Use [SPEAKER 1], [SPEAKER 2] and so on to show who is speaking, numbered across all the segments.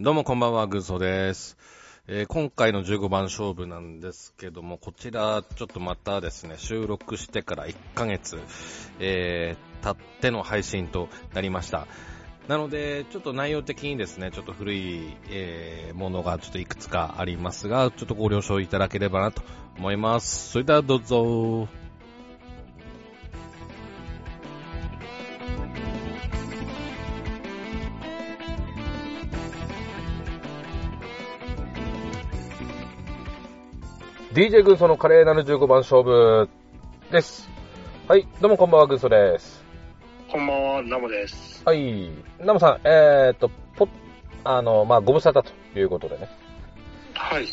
[SPEAKER 1] どうもこんばんは、グーソーです。えー今回の15番勝負なんですけども、こちら、ちょっとまたですね、収録してから1ヶ月、えー、経っての配信となりました。なので、ちょっと内容的にですね、ちょっと古い、えー、ものがちょっといくつかありますが、ちょっとご了承いただければなと思います。それではどうぞ。
[SPEAKER 2] DJ 軍曹の華麗なる15番勝負です。はい、どうもこんばんは、軍曹です。
[SPEAKER 3] こんばんは、ナモです。
[SPEAKER 2] はい、ナムさん、えーっと、ぽ、あの、まあ、ご無沙汰ということでね、
[SPEAKER 3] はい。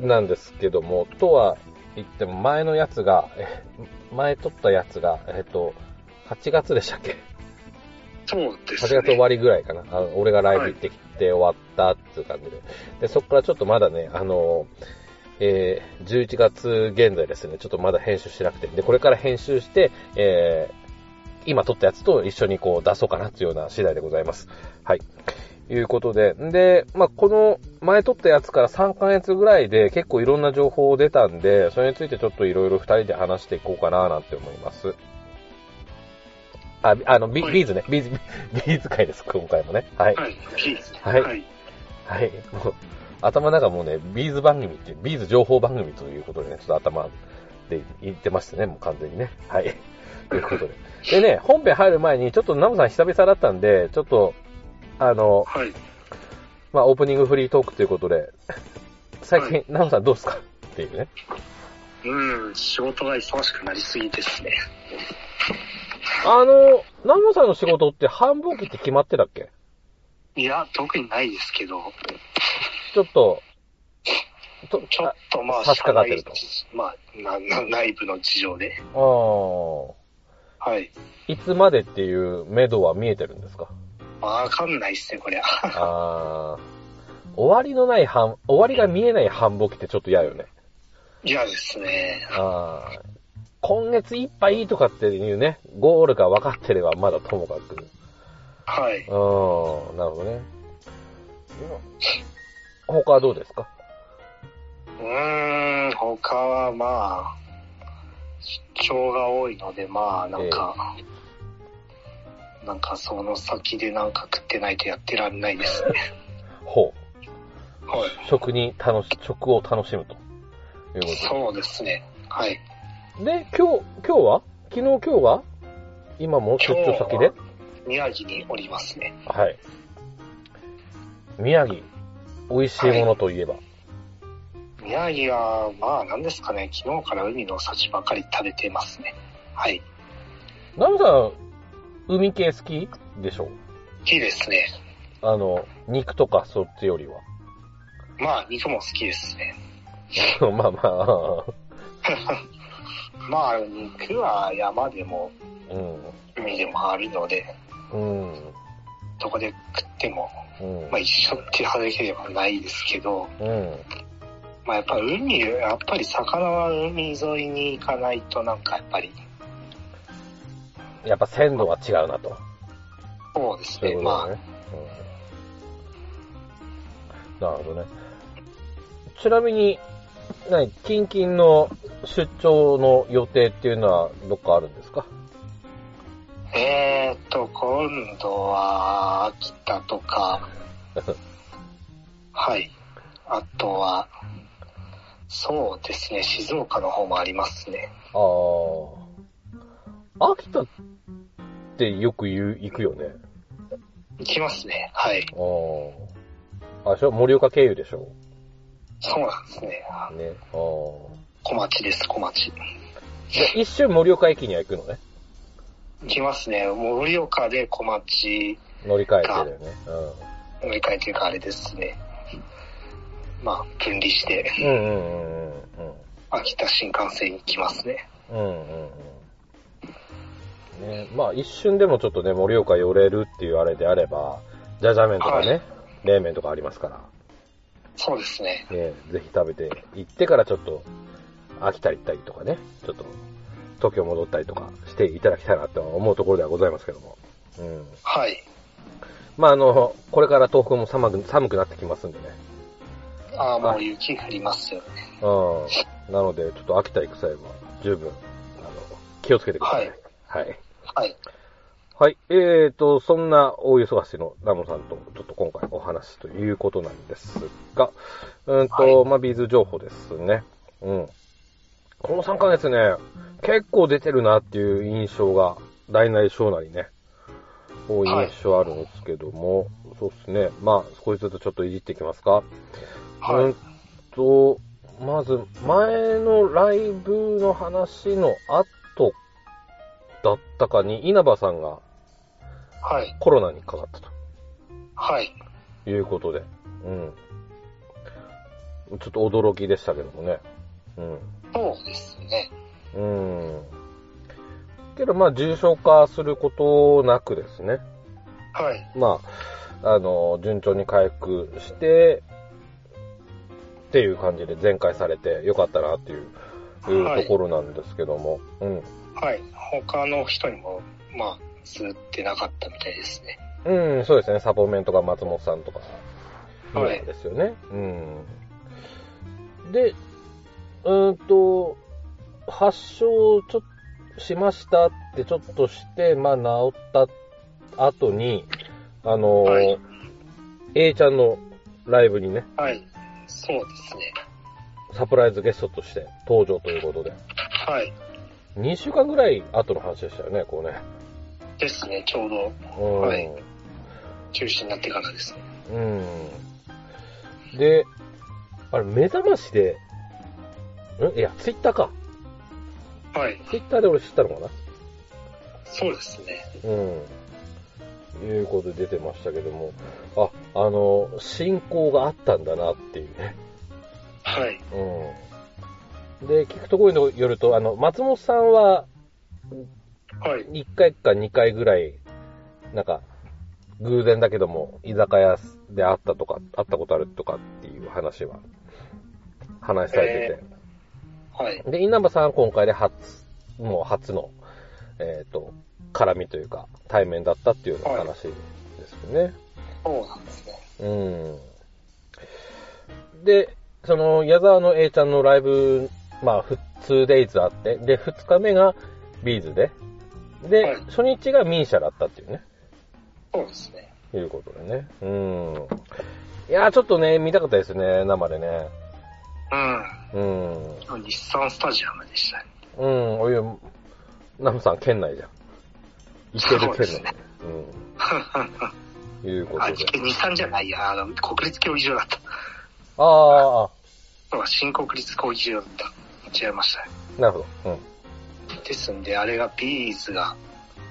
[SPEAKER 2] なんですけども、とは言っても、前のやつが、え、前撮ったやつが、えーっと、8月でしたっけ
[SPEAKER 3] そうですね。
[SPEAKER 2] 8月終わりぐらいかな。あの俺がライブ行ってきて終わったっていう感じで。で、そこからちょっとまだね、あの、えー11月現在ですね、ちょっとまだ編集してなくて。で、これから編集して、えー今撮ったやつと一緒にこう出そうかなっていうような次第でございます。はい。いうことで。んで、まあ、この前撮ったやつから3ヶ月ぐらいで結構いろんな情報出たんで、それについてちょっといろいろ2人で話していこうかななんて思います。あ、ビあの、ビ
[SPEAKER 3] はい
[SPEAKER 2] ビーズね。ビーズ、ビビーズ会です、今回もね。はい。
[SPEAKER 3] はい。ピース
[SPEAKER 2] はい
[SPEAKER 3] はい。
[SPEAKER 2] はい。もう、頭の中もうね、ビーズ番組って、ビーズ情報番組ということでね、ちょっと頭で言ってましたね、もう完全にね。はい。 ということで。でね、本編入る前に、ちょっとナムさん久々だったんで、ちょっと、あの、
[SPEAKER 3] はい。
[SPEAKER 2] まあ、オープニングフリートークということで、最近、
[SPEAKER 3] は
[SPEAKER 2] ナムさんどうですかっていうね。
[SPEAKER 3] うん、仕事が忙しくなりすぎですね。
[SPEAKER 2] あの、ナムさんの仕事って繁忙期って決まってたっけ
[SPEAKER 3] いや、特にないですけど、
[SPEAKER 2] ちょっと、と
[SPEAKER 3] ちょっとまあ、
[SPEAKER 2] 差し掛かってると
[SPEAKER 3] 社内まあなな、内部の事情で。
[SPEAKER 2] あ
[SPEAKER 3] はい。
[SPEAKER 2] あ、いつまでっていう目処は見えてるんですか
[SPEAKER 3] わかんないっすね、こりゃ。
[SPEAKER 2] ああ、終わりのない繁、終わりが見えない繁忙期ってちょっと嫌よね。
[SPEAKER 3] 嫌ですね。
[SPEAKER 2] ああ、今月いっぱいとかっていうね、ゴールが分かってればまだともかく。
[SPEAKER 3] はい。
[SPEAKER 2] うん、なるほどね。他はどうですか
[SPEAKER 3] うーん、他はまあ、出張が多いので、まあ、なんか、なんかその先でなんか食ってないとやってらんないですね。
[SPEAKER 2] ほう。
[SPEAKER 3] はい。
[SPEAKER 2] 食に楽し、食を楽しむと。いうこ
[SPEAKER 3] そうですね。はい。
[SPEAKER 2] とで。で、今日、今日は昨日今日は今も出張先で
[SPEAKER 3] 今日は宮城におりますね。
[SPEAKER 2] はい。宮城、美味しいものといえば。
[SPEAKER 3] 宮城は、まあ何ですかね、昨日から海の幸ばかり食べてますね。はい。
[SPEAKER 2] ナムさん、海系好きでしょ
[SPEAKER 3] いいですね。
[SPEAKER 2] あの、肉とかそっちよりは。
[SPEAKER 3] まあ肉も好きですね。
[SPEAKER 2] まあまあ、
[SPEAKER 3] まあ肉は山でも
[SPEAKER 2] う
[SPEAKER 3] 海でもあるので、
[SPEAKER 2] ん。うん。
[SPEAKER 3] どこで食っても、
[SPEAKER 2] うん
[SPEAKER 3] まあ。一緒っていう話ではないですけど、
[SPEAKER 2] うん。
[SPEAKER 3] まあやっぱ海、やっぱり魚は海沿いに行かないとなんかやっぱり、
[SPEAKER 2] やっぱ鮮度が違うなと。
[SPEAKER 3] そうです
[SPEAKER 2] そうい
[SPEAKER 3] ね。
[SPEAKER 2] うことだ
[SPEAKER 3] ま
[SPEAKER 2] ね。うん、なるほどね。ちなみに、何、近々の出張の予定っていうのはどっかあるんですか
[SPEAKER 3] あ、えーっと、今度は秋田とか、はい。あとは、そうですね、静岡の方もありますね。
[SPEAKER 2] ああ。秋田ってよく言う、行くよね。
[SPEAKER 3] 行きますね。はい。
[SPEAKER 2] ああ。あ、でしょ盛岡経由でしょ
[SPEAKER 3] そうなんですね。
[SPEAKER 2] ね。ああ。
[SPEAKER 3] 小町です、小町。
[SPEAKER 2] じゃあ一瞬盛岡駅には行くのね。
[SPEAKER 3] 行きますね。盛岡で小町、
[SPEAKER 2] 乗り換えてだよね。うん。
[SPEAKER 3] 乗り換えというかあれですね。まあ、分離して、
[SPEAKER 2] うんうん
[SPEAKER 3] 秋田新幹線に行きますね。
[SPEAKER 2] うんうん。うんうんうん。ね、まあ一瞬でもちょっとね、盛岡寄れるっていうあれであれば、じゃじゃ麺とかね、
[SPEAKER 3] は
[SPEAKER 2] 冷麺とかありますから、
[SPEAKER 3] そうですね。
[SPEAKER 2] ね、ぜひ食べて行ってからちょっと、秋田行ったりとかね、ちょっと、東京戻ったりとかしていただきたいなと思うところではございますけども。うん。
[SPEAKER 3] はい。
[SPEAKER 2] まあ、あの、これから東北も寒く寒くなってきますんでね。
[SPEAKER 3] ああ、もう雪降りますよね。
[SPEAKER 2] うん。なので、ちょっと秋田行く際は、十分、あの、気をつけてください。はい。はい。
[SPEAKER 3] はい。
[SPEAKER 2] えーと、そんな大忙しのラムさんと、ちょっと今回お話ということなんですが、うーんと、まあ、ビーズ情報ですね。うん。この3ヶ月ね、結構出てるなっていう印象が、大なり小なりね、多い印象あるんですけども、そうですね。まあ、少しずつちょっといじっていきますか。う
[SPEAKER 3] は
[SPEAKER 2] んと、まず、前のライブの話の後だったかに、稲葉さんが
[SPEAKER 3] い。はい。
[SPEAKER 2] コロナにかかった
[SPEAKER 3] はい。
[SPEAKER 2] ということで、うん。ちょっと驚きでしたけどもね。うん。
[SPEAKER 3] そうですね。
[SPEAKER 2] うん。けど、まあ、重症化することなくですね。
[SPEAKER 3] はい。
[SPEAKER 2] まあ、あの、順調に回復して、っていう感じで全開されてよかったなっていう、いう
[SPEAKER 3] はい
[SPEAKER 2] ところなんですけども。うん。
[SPEAKER 3] はい。他の人にも、まあ、ずってなかったみたいですね。
[SPEAKER 2] うん、そうですね。サポメントが松本さんとか、
[SPEAKER 3] はい
[SPEAKER 2] い。ですよね。うん。で、うーんと、発症ちょっとしましたってちょっとして、まあ治った後に、あの、
[SPEAKER 3] はい
[SPEAKER 2] A ちゃんのライブにね、
[SPEAKER 3] はい。そうですね。
[SPEAKER 2] サプライズゲストとして登場ということで。
[SPEAKER 3] はい。
[SPEAKER 2] 2週間ぐらい後の話でしたよね、こうね。
[SPEAKER 3] ですね。ちょうど
[SPEAKER 2] うん。
[SPEAKER 3] はい中止になってからですね。
[SPEAKER 2] うん。で、あれ、目覚ましで、んいや、ツイッターか。
[SPEAKER 3] はい。
[SPEAKER 2] ツイッターで俺知ったのかな
[SPEAKER 3] そうですね。
[SPEAKER 2] うん。いうことで出てましたけども、あ、あの、進行があったんだなっていうね。
[SPEAKER 3] はい。
[SPEAKER 2] うん。で、聞くところによると、あの、松本さんは、
[SPEAKER 3] はい。
[SPEAKER 2] 1回か2回ぐらい、なんか、偶然だけども、居酒屋で会ったとか、会ったことあるとかっていう話は、話されてて。
[SPEAKER 3] はい。
[SPEAKER 2] で、稲葉さんは今回で初、もう初の、えっ、と、絡みというか、対面だったっていうような話ですよね。
[SPEAKER 3] そうなんですね。
[SPEAKER 2] うん。で、その、矢沢の A ちゃんのライブ、まあ、ふ 2days あって、で、2日目がビーズで、で、
[SPEAKER 3] はい
[SPEAKER 2] 初日がミーシャだったっていうね、
[SPEAKER 3] そうですね。
[SPEAKER 2] いうことでね。うん。いやー、ちょっとね、見たかったですね、生でね。
[SPEAKER 3] う
[SPEAKER 2] うん。
[SPEAKER 3] ん。日産スタジアムでしたね。
[SPEAKER 2] うん、お湯、ナムさん県内じゃん。行ける
[SPEAKER 3] そうで
[SPEAKER 2] 県
[SPEAKER 3] すね
[SPEAKER 2] 内。うん。いうこと
[SPEAKER 3] あ、
[SPEAKER 2] で。
[SPEAKER 3] 日産じゃないや、あの、国立競技場だった。
[SPEAKER 2] ああ、あ
[SPEAKER 3] そう新国立競技場だった。違いましたね。
[SPEAKER 2] なるほど。うん。
[SPEAKER 3] ですんで、あれがビーズが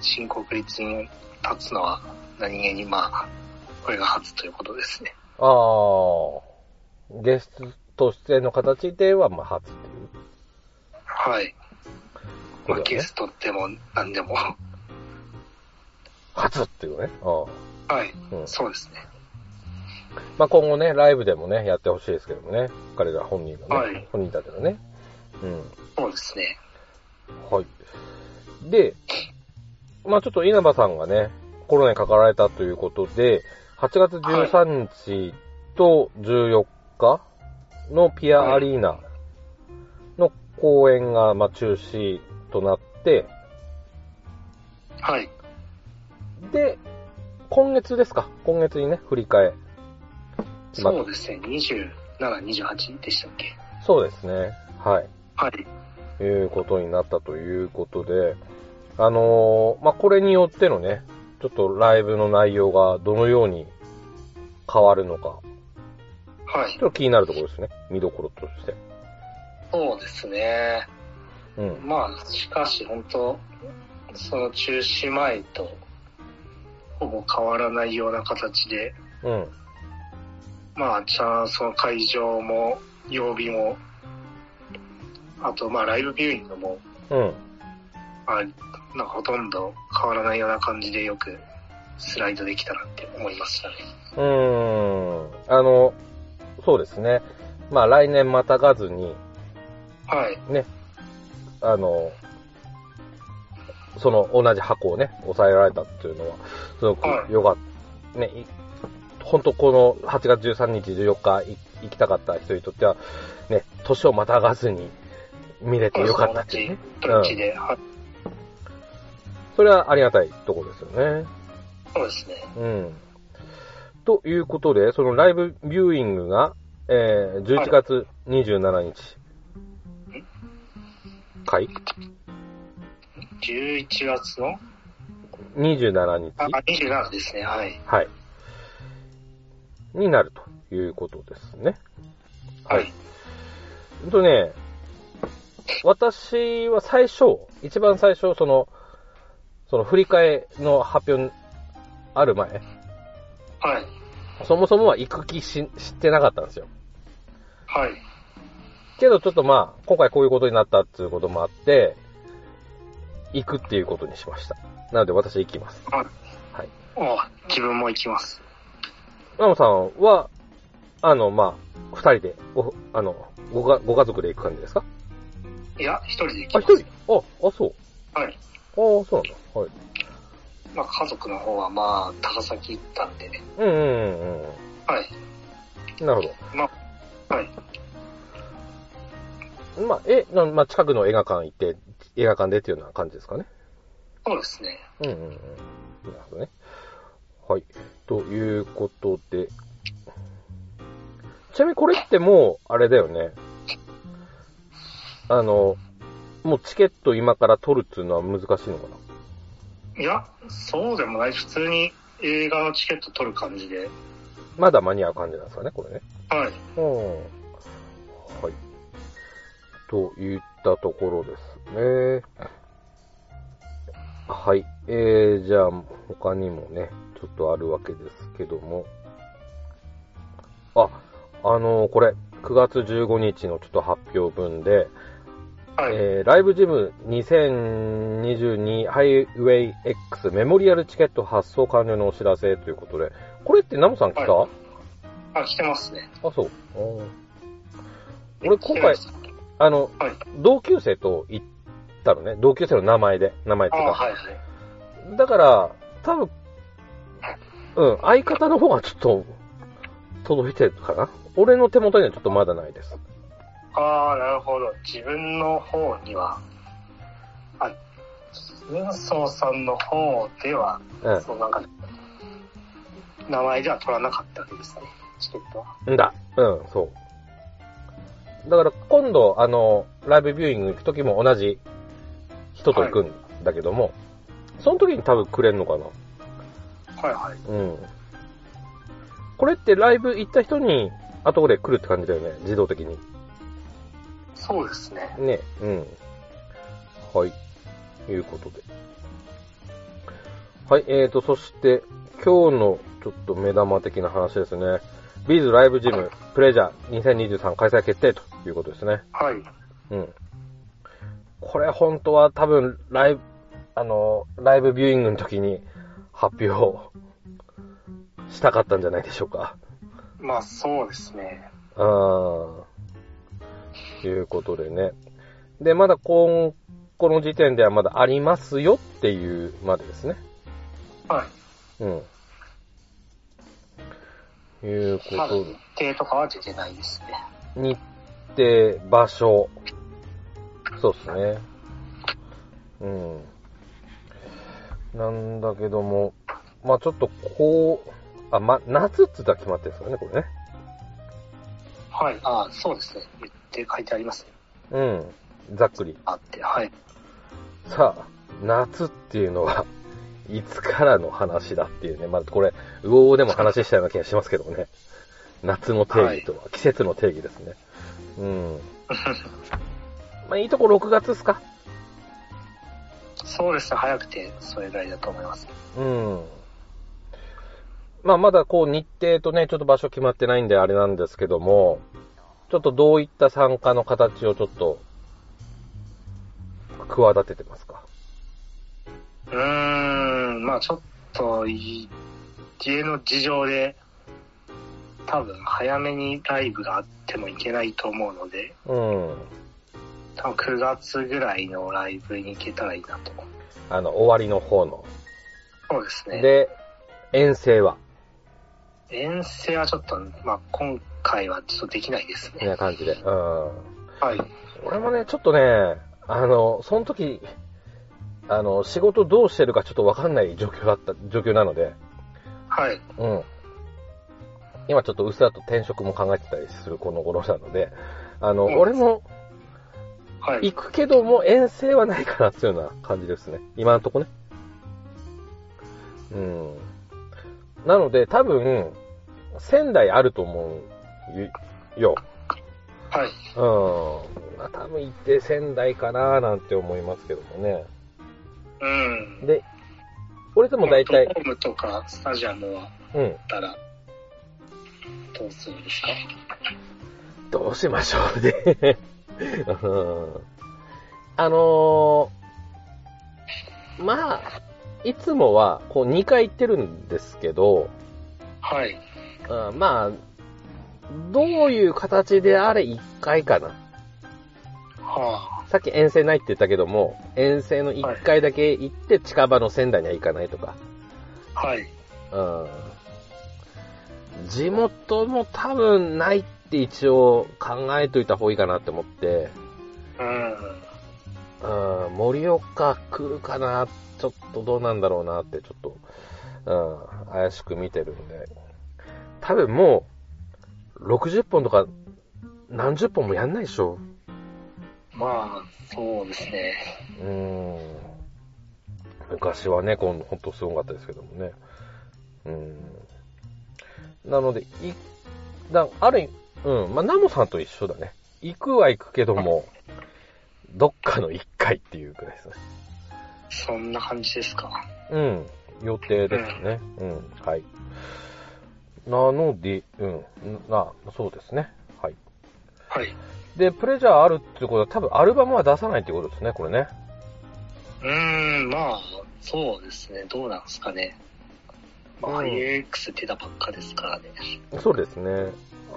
[SPEAKER 3] 新国立に立つのは何気にまあ、これが初ということですね。
[SPEAKER 2] ああ、ゲスト出演の形では、まあ、初っていう
[SPEAKER 3] はい。
[SPEAKER 2] こと
[SPEAKER 3] ま
[SPEAKER 2] だ
[SPEAKER 3] あ、
[SPEAKER 2] よ
[SPEAKER 3] ゲ
[SPEAKER 2] ね。
[SPEAKER 3] ストっても何でも。は
[SPEAKER 2] 初っていうね。う
[SPEAKER 3] い。
[SPEAKER 2] ん。うん。
[SPEAKER 3] そうですね。
[SPEAKER 2] まあ、今後ね、ライブでもね、やってほしいですけどもね。彼ら本人がね。
[SPEAKER 3] はい
[SPEAKER 2] 本人たちがね。うん。
[SPEAKER 3] そうですね。
[SPEAKER 2] はい。で、まあちょっと稲葉さんがね、コロナにかかられたということで、8月13日と14日のピアアリーナの公演がまあ中止となって、
[SPEAKER 3] はい。
[SPEAKER 2] で、今月ですか今月にね、振り替え。まあ
[SPEAKER 3] そうですね。27、28でしたっけ
[SPEAKER 2] そうですね。はい。
[SPEAKER 3] はい。
[SPEAKER 2] いうことになったということで、あのーまあ、これによってのね、ちょっとライブの内容がどのように変わるのか、
[SPEAKER 3] はい
[SPEAKER 2] ち。ょっと気になるところですね。見どころとして。
[SPEAKER 3] そうですね。
[SPEAKER 2] うん。
[SPEAKER 3] まあ、しかし本当、その中止前とほぼ変わらないような形で、
[SPEAKER 2] うん。
[SPEAKER 3] まあ、ちゃん、その会場も、曜日も、あと、まあ、ライブビューイングも、
[SPEAKER 2] うん。
[SPEAKER 3] まあ、なんかほとんど変わらないような感じでよくスライドできたなって思いましたね。
[SPEAKER 2] うーん。あの、そうですね。まあ、来年またがずに、
[SPEAKER 3] はい。
[SPEAKER 2] あの、その同じ箱をね、抑えられたっていうのは、すごく良かった、ね、い本当この8月13日、14日い行きたかった人にとっては、ね、年をまたがずに見れてよかったっていうね。
[SPEAKER 3] 同じで、は
[SPEAKER 2] それはありがたいところですよね。
[SPEAKER 3] そうですね。
[SPEAKER 2] うん。ということで、そのライブビューイングが、えー、11月27日。はい。
[SPEAKER 3] 11月の
[SPEAKER 2] 27日。
[SPEAKER 3] あ、27ですね、はい。
[SPEAKER 2] はい。になるということですね。
[SPEAKER 3] はい。
[SPEAKER 2] ほんとね、私は最初、一番最初、その、その振り替えの発表ある前、
[SPEAKER 3] はい。
[SPEAKER 2] そもそもは行く気し知ってなかったんですよ。
[SPEAKER 3] はい。
[SPEAKER 2] けどちょっとまあ、今回こういうことになったっていうこともあって、行くっていうことにしました。なので私行きます。
[SPEAKER 3] はい。
[SPEAKER 2] はい
[SPEAKER 3] あ自分も行きます。
[SPEAKER 2] ナムさんは、あの、まあ、二人で、お、あの、ごか、ご家族で行く感じですか
[SPEAKER 3] いや、一人で行き
[SPEAKER 2] あ、
[SPEAKER 3] ます。
[SPEAKER 2] 一人あ、あ、そう。
[SPEAKER 3] はい。
[SPEAKER 2] ああ、そうなんだ。はい。
[SPEAKER 3] まあ、家族の方は、まあ、高崎行ったんでね。
[SPEAKER 2] うんうんうんう
[SPEAKER 3] はい。
[SPEAKER 2] ん。なるほど。
[SPEAKER 3] まあ、はい。
[SPEAKER 2] まあ、え、なまあ、近くの映画館行って、映画館でっていうような感じですかね。
[SPEAKER 3] そうですね。
[SPEAKER 2] うんうんうん。なるほどね。はい。ということで。ちなみにこれってもう、あれだよね。あの、もうチケット今から取るっていうのは難しいのかない
[SPEAKER 3] や、そうでもない。普通に映画のチケット取る感じで。
[SPEAKER 2] まだ間に合う感じなんですかね、これね。
[SPEAKER 3] はい。
[SPEAKER 2] うん。はい。といったところですね。はい。えー、じゃあ、他にもね、ちょっとあるわけですけども。あ、あのーこれ、9月15日のちょっと発表分で、
[SPEAKER 3] はい。
[SPEAKER 2] えー、ライブジム2022ハイウェイ X メモリアルチケット発送完了のお知らせということで、これってナムさん来た、
[SPEAKER 3] はあ、来てますね。
[SPEAKER 2] あ、そう。おー俺今回
[SPEAKER 3] 来てます
[SPEAKER 2] あの、
[SPEAKER 3] はい
[SPEAKER 2] 同級生と行ったのね。同級生の名前で。名前っ
[SPEAKER 3] あ
[SPEAKER 2] ていうか。
[SPEAKER 3] はいはい。
[SPEAKER 2] だから、多分、うん、相方の方がちょっと、届いてるかな。俺の手元にはちょっとまだないです。
[SPEAKER 3] ああ、なるほど。自分の方には、あ、運送さんの方では、
[SPEAKER 2] う
[SPEAKER 3] そうなんか、名前では取らなかったわけですね。チケットは。
[SPEAKER 2] ん。んだ。うん、そう。だから今度、あの、ライブビューイング行く時も同じ人と行くんだけども、その時に多分くれんのかな。
[SPEAKER 3] はいはい。
[SPEAKER 2] うん。これってライブ行った人に後で来るって感じだよね。自動的に。
[SPEAKER 3] そうですね。
[SPEAKER 2] ね、うん。はい。いうことで。はい、えーと、そして、今日のちょっと目玉的な話ですね。ビーズライブジムプレジャー2023開催決定ということですね。
[SPEAKER 3] はい。
[SPEAKER 2] うん。これ本当は多分ライブ、あの、ライブビューイングの時に発表したかったんじゃないでしょうか。
[SPEAKER 3] まあそうですね。
[SPEAKER 2] ああ。ということでね。で、まだ今、この時点ではまだありますよっていうまでですね。
[SPEAKER 3] は
[SPEAKER 2] うん。いう
[SPEAKER 3] い。
[SPEAKER 2] こ
[SPEAKER 3] まだ
[SPEAKER 2] と
[SPEAKER 3] 日程とかは出てないですね。
[SPEAKER 2] 日程、場所。そうですね。うん。なんだけども、まあちょっとこう、あ、ま、夏っつったら決まってるんですかね、これね。
[SPEAKER 3] はい。ああ、そうですね。言って書いてありますね。
[SPEAKER 2] うん。ざっくり。
[SPEAKER 3] あって、はい。
[SPEAKER 2] さあ、夏っていうのは、 いつからの話だっていうね。まあ、これ、うおうでも話したような気がしますけどもね。夏の定義とは、季節の定義ですね。うん。まあ、いいとこ6月っすか
[SPEAKER 3] そうですね。早くて、それぐらいだと思います。
[SPEAKER 2] うん。まあ、まだこう日程とね、ちょっと場所決まってないんであれなんですけども、ちょっとどういった参加の形をちょっと、企ててますか
[SPEAKER 3] うーん、まあちょっとい、家の事情で、多分早めにライブがあってもいけないと思うので、
[SPEAKER 2] うん。
[SPEAKER 3] 多分9月ぐらいのライブに行けたらいいなと。
[SPEAKER 2] あの、終わりの方の
[SPEAKER 3] そうですね。
[SPEAKER 2] で、遠征は
[SPEAKER 3] 遠征はちょっと、まあ、今回はちょっとできないです
[SPEAKER 2] みたい
[SPEAKER 3] ね。
[SPEAKER 2] な感じで。うん。
[SPEAKER 3] はい。
[SPEAKER 2] 俺もね、ちょっとね、あの、その時、あの、仕事どうしてるかちょっとわかんない状況だった、状況なので、
[SPEAKER 3] はい。
[SPEAKER 2] うん。今ちょっとうっすらと転職も考えてたりするこの頃なので、あの、
[SPEAKER 3] うん
[SPEAKER 2] 俺も
[SPEAKER 3] は
[SPEAKER 2] 行。
[SPEAKER 3] い
[SPEAKER 2] くけども遠征はないかなっていうような感じですね。今のとこね。うん。なので多分、仙台あると思うよ。
[SPEAKER 3] はい。
[SPEAKER 2] うん。まあ多分行って仙台かななんて思いますけどもね。
[SPEAKER 3] うん。
[SPEAKER 2] で、俺でも大体
[SPEAKER 3] まあ、ドームとかスタジアムは あ
[SPEAKER 2] うん、
[SPEAKER 3] ったら、どうするんですか
[SPEAKER 2] どうしましょうね。 うんあのーまあ、いつもは、こう2回行ってるんですけど、
[SPEAKER 3] はい。
[SPEAKER 2] うんまあ、どういう形であれ1回かな。
[SPEAKER 3] は
[SPEAKER 2] さっき遠征ないって言ったけども、遠征の1回だけ行って近場の仙台には行かないとか。
[SPEAKER 3] あ。はい。
[SPEAKER 2] うん地元も多分ないって一応考えといた方がいいかなって思って、
[SPEAKER 3] うん。
[SPEAKER 2] うん、盛岡来るかな、ちょっとどうなんだろうなって、ちょっと、うん、怪しく見てるんで。多分もう、60本とか、何十本もやんないでしょ。
[SPEAKER 3] まあ、そうですね。
[SPEAKER 2] うん。昔はね、こんほんとすごかったですけどもね。うん。なので、い、だある意味、うん、まあ、ナモさんと一緒だね。行くは行くけども、どっかの一回っていうくらいですね。
[SPEAKER 3] そんな感じですか。
[SPEAKER 2] うん。予定ですね。うん。はい。なので、うん。な、そうですね。はい。
[SPEAKER 3] はい。
[SPEAKER 2] で、プレジャーあるってことは、多分アルバムは出さないってことですね、これね。
[SPEAKER 3] うーん、まあ、そうですね。どうなんですかね。まあ、
[SPEAKER 2] うん
[SPEAKER 3] IAX 出たばっかですからね。
[SPEAKER 2] そうですね。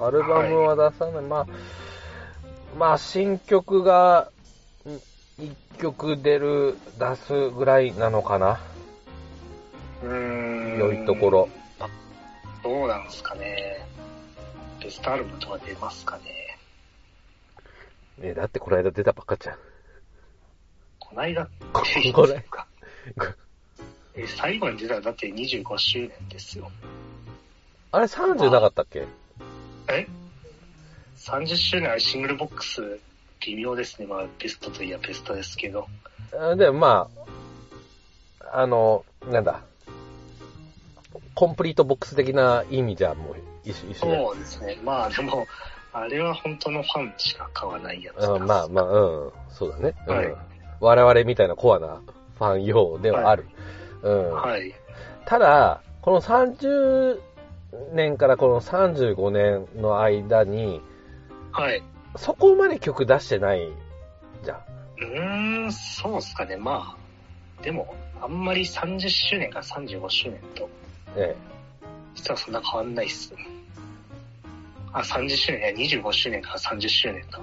[SPEAKER 2] アルバムは出さない。まあ、まあ、新曲が、ん一曲出る、出すぐらいなのかな。
[SPEAKER 3] うーん。
[SPEAKER 2] 良いとこ。ろ。
[SPEAKER 3] どうなんですかね。ベストアルバムとか出ますかね。
[SPEAKER 2] え、だってこの間出たばっかじゃん。
[SPEAKER 3] こないだ、
[SPEAKER 2] ここれ。
[SPEAKER 3] え最後に出たらだって25周年ですよ。
[SPEAKER 2] あれ30なかったっけ
[SPEAKER 3] え ?30 周年はシングルボックス、微妙ですね。まあ、ベストといえばベストですけど。
[SPEAKER 2] あで、まあ、あの、なんだ、コンプリートボックス的な意味じゃもう一緒、一緒ね
[SPEAKER 3] そうですね。まあ、でも、あれは本当のファンしか買わないやつ
[SPEAKER 2] うん、まあまあ、うん、そうだね。うん
[SPEAKER 3] はい
[SPEAKER 2] 我々みたいなコアなファン用ではある。うん
[SPEAKER 3] はい。
[SPEAKER 2] ただ、この30年からこの35年の間に、
[SPEAKER 3] はい。
[SPEAKER 2] そこまで曲出してないじゃん。
[SPEAKER 3] うーん、そうっすかね。まあ、でも、あんまり30周年から35周年と、
[SPEAKER 2] ええ
[SPEAKER 3] 実はそんな変わんないっす。あ、30周年、いや、25周年から30周年か。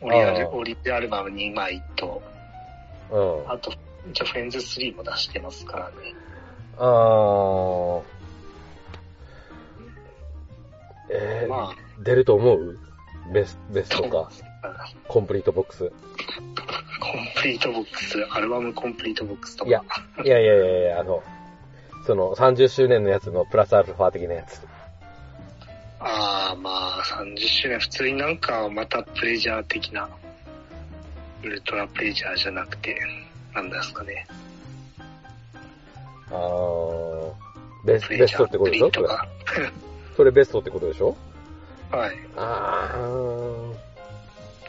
[SPEAKER 3] オリア
[SPEAKER 2] あー
[SPEAKER 3] ルオリジナルバム2枚と、
[SPEAKER 2] うん。
[SPEAKER 3] あと、一応フレンズ3も出してますからね。
[SPEAKER 2] あーえー
[SPEAKER 3] ま
[SPEAKER 2] 出ると思うベスベス
[SPEAKER 3] あ、
[SPEAKER 2] ト か、
[SPEAKER 3] あ
[SPEAKER 2] コンプリートボックス。
[SPEAKER 3] コンプリートボックス、アルバムコンプリートボックスとか。
[SPEAKER 2] いや、いやいやいやいや、あの、その30周年のやつのプラスアルファ的なやつ。
[SPEAKER 3] ああ、まあ、30周年、普通になんか、またプレジャー的な、ウルトラプレジャーじゃなくて、なんですかね。
[SPEAKER 2] あーベス
[SPEAKER 3] プレ
[SPEAKER 2] ベ
[SPEAKER 3] ジ
[SPEAKER 2] ス
[SPEAKER 3] ャ
[SPEAKER 2] ト
[SPEAKER 3] ー
[SPEAKER 2] ってことでしょそ
[SPEAKER 3] プリ
[SPEAKER 2] れ
[SPEAKER 3] ント。が。
[SPEAKER 2] それベストってことでしょ
[SPEAKER 3] はい。
[SPEAKER 2] あー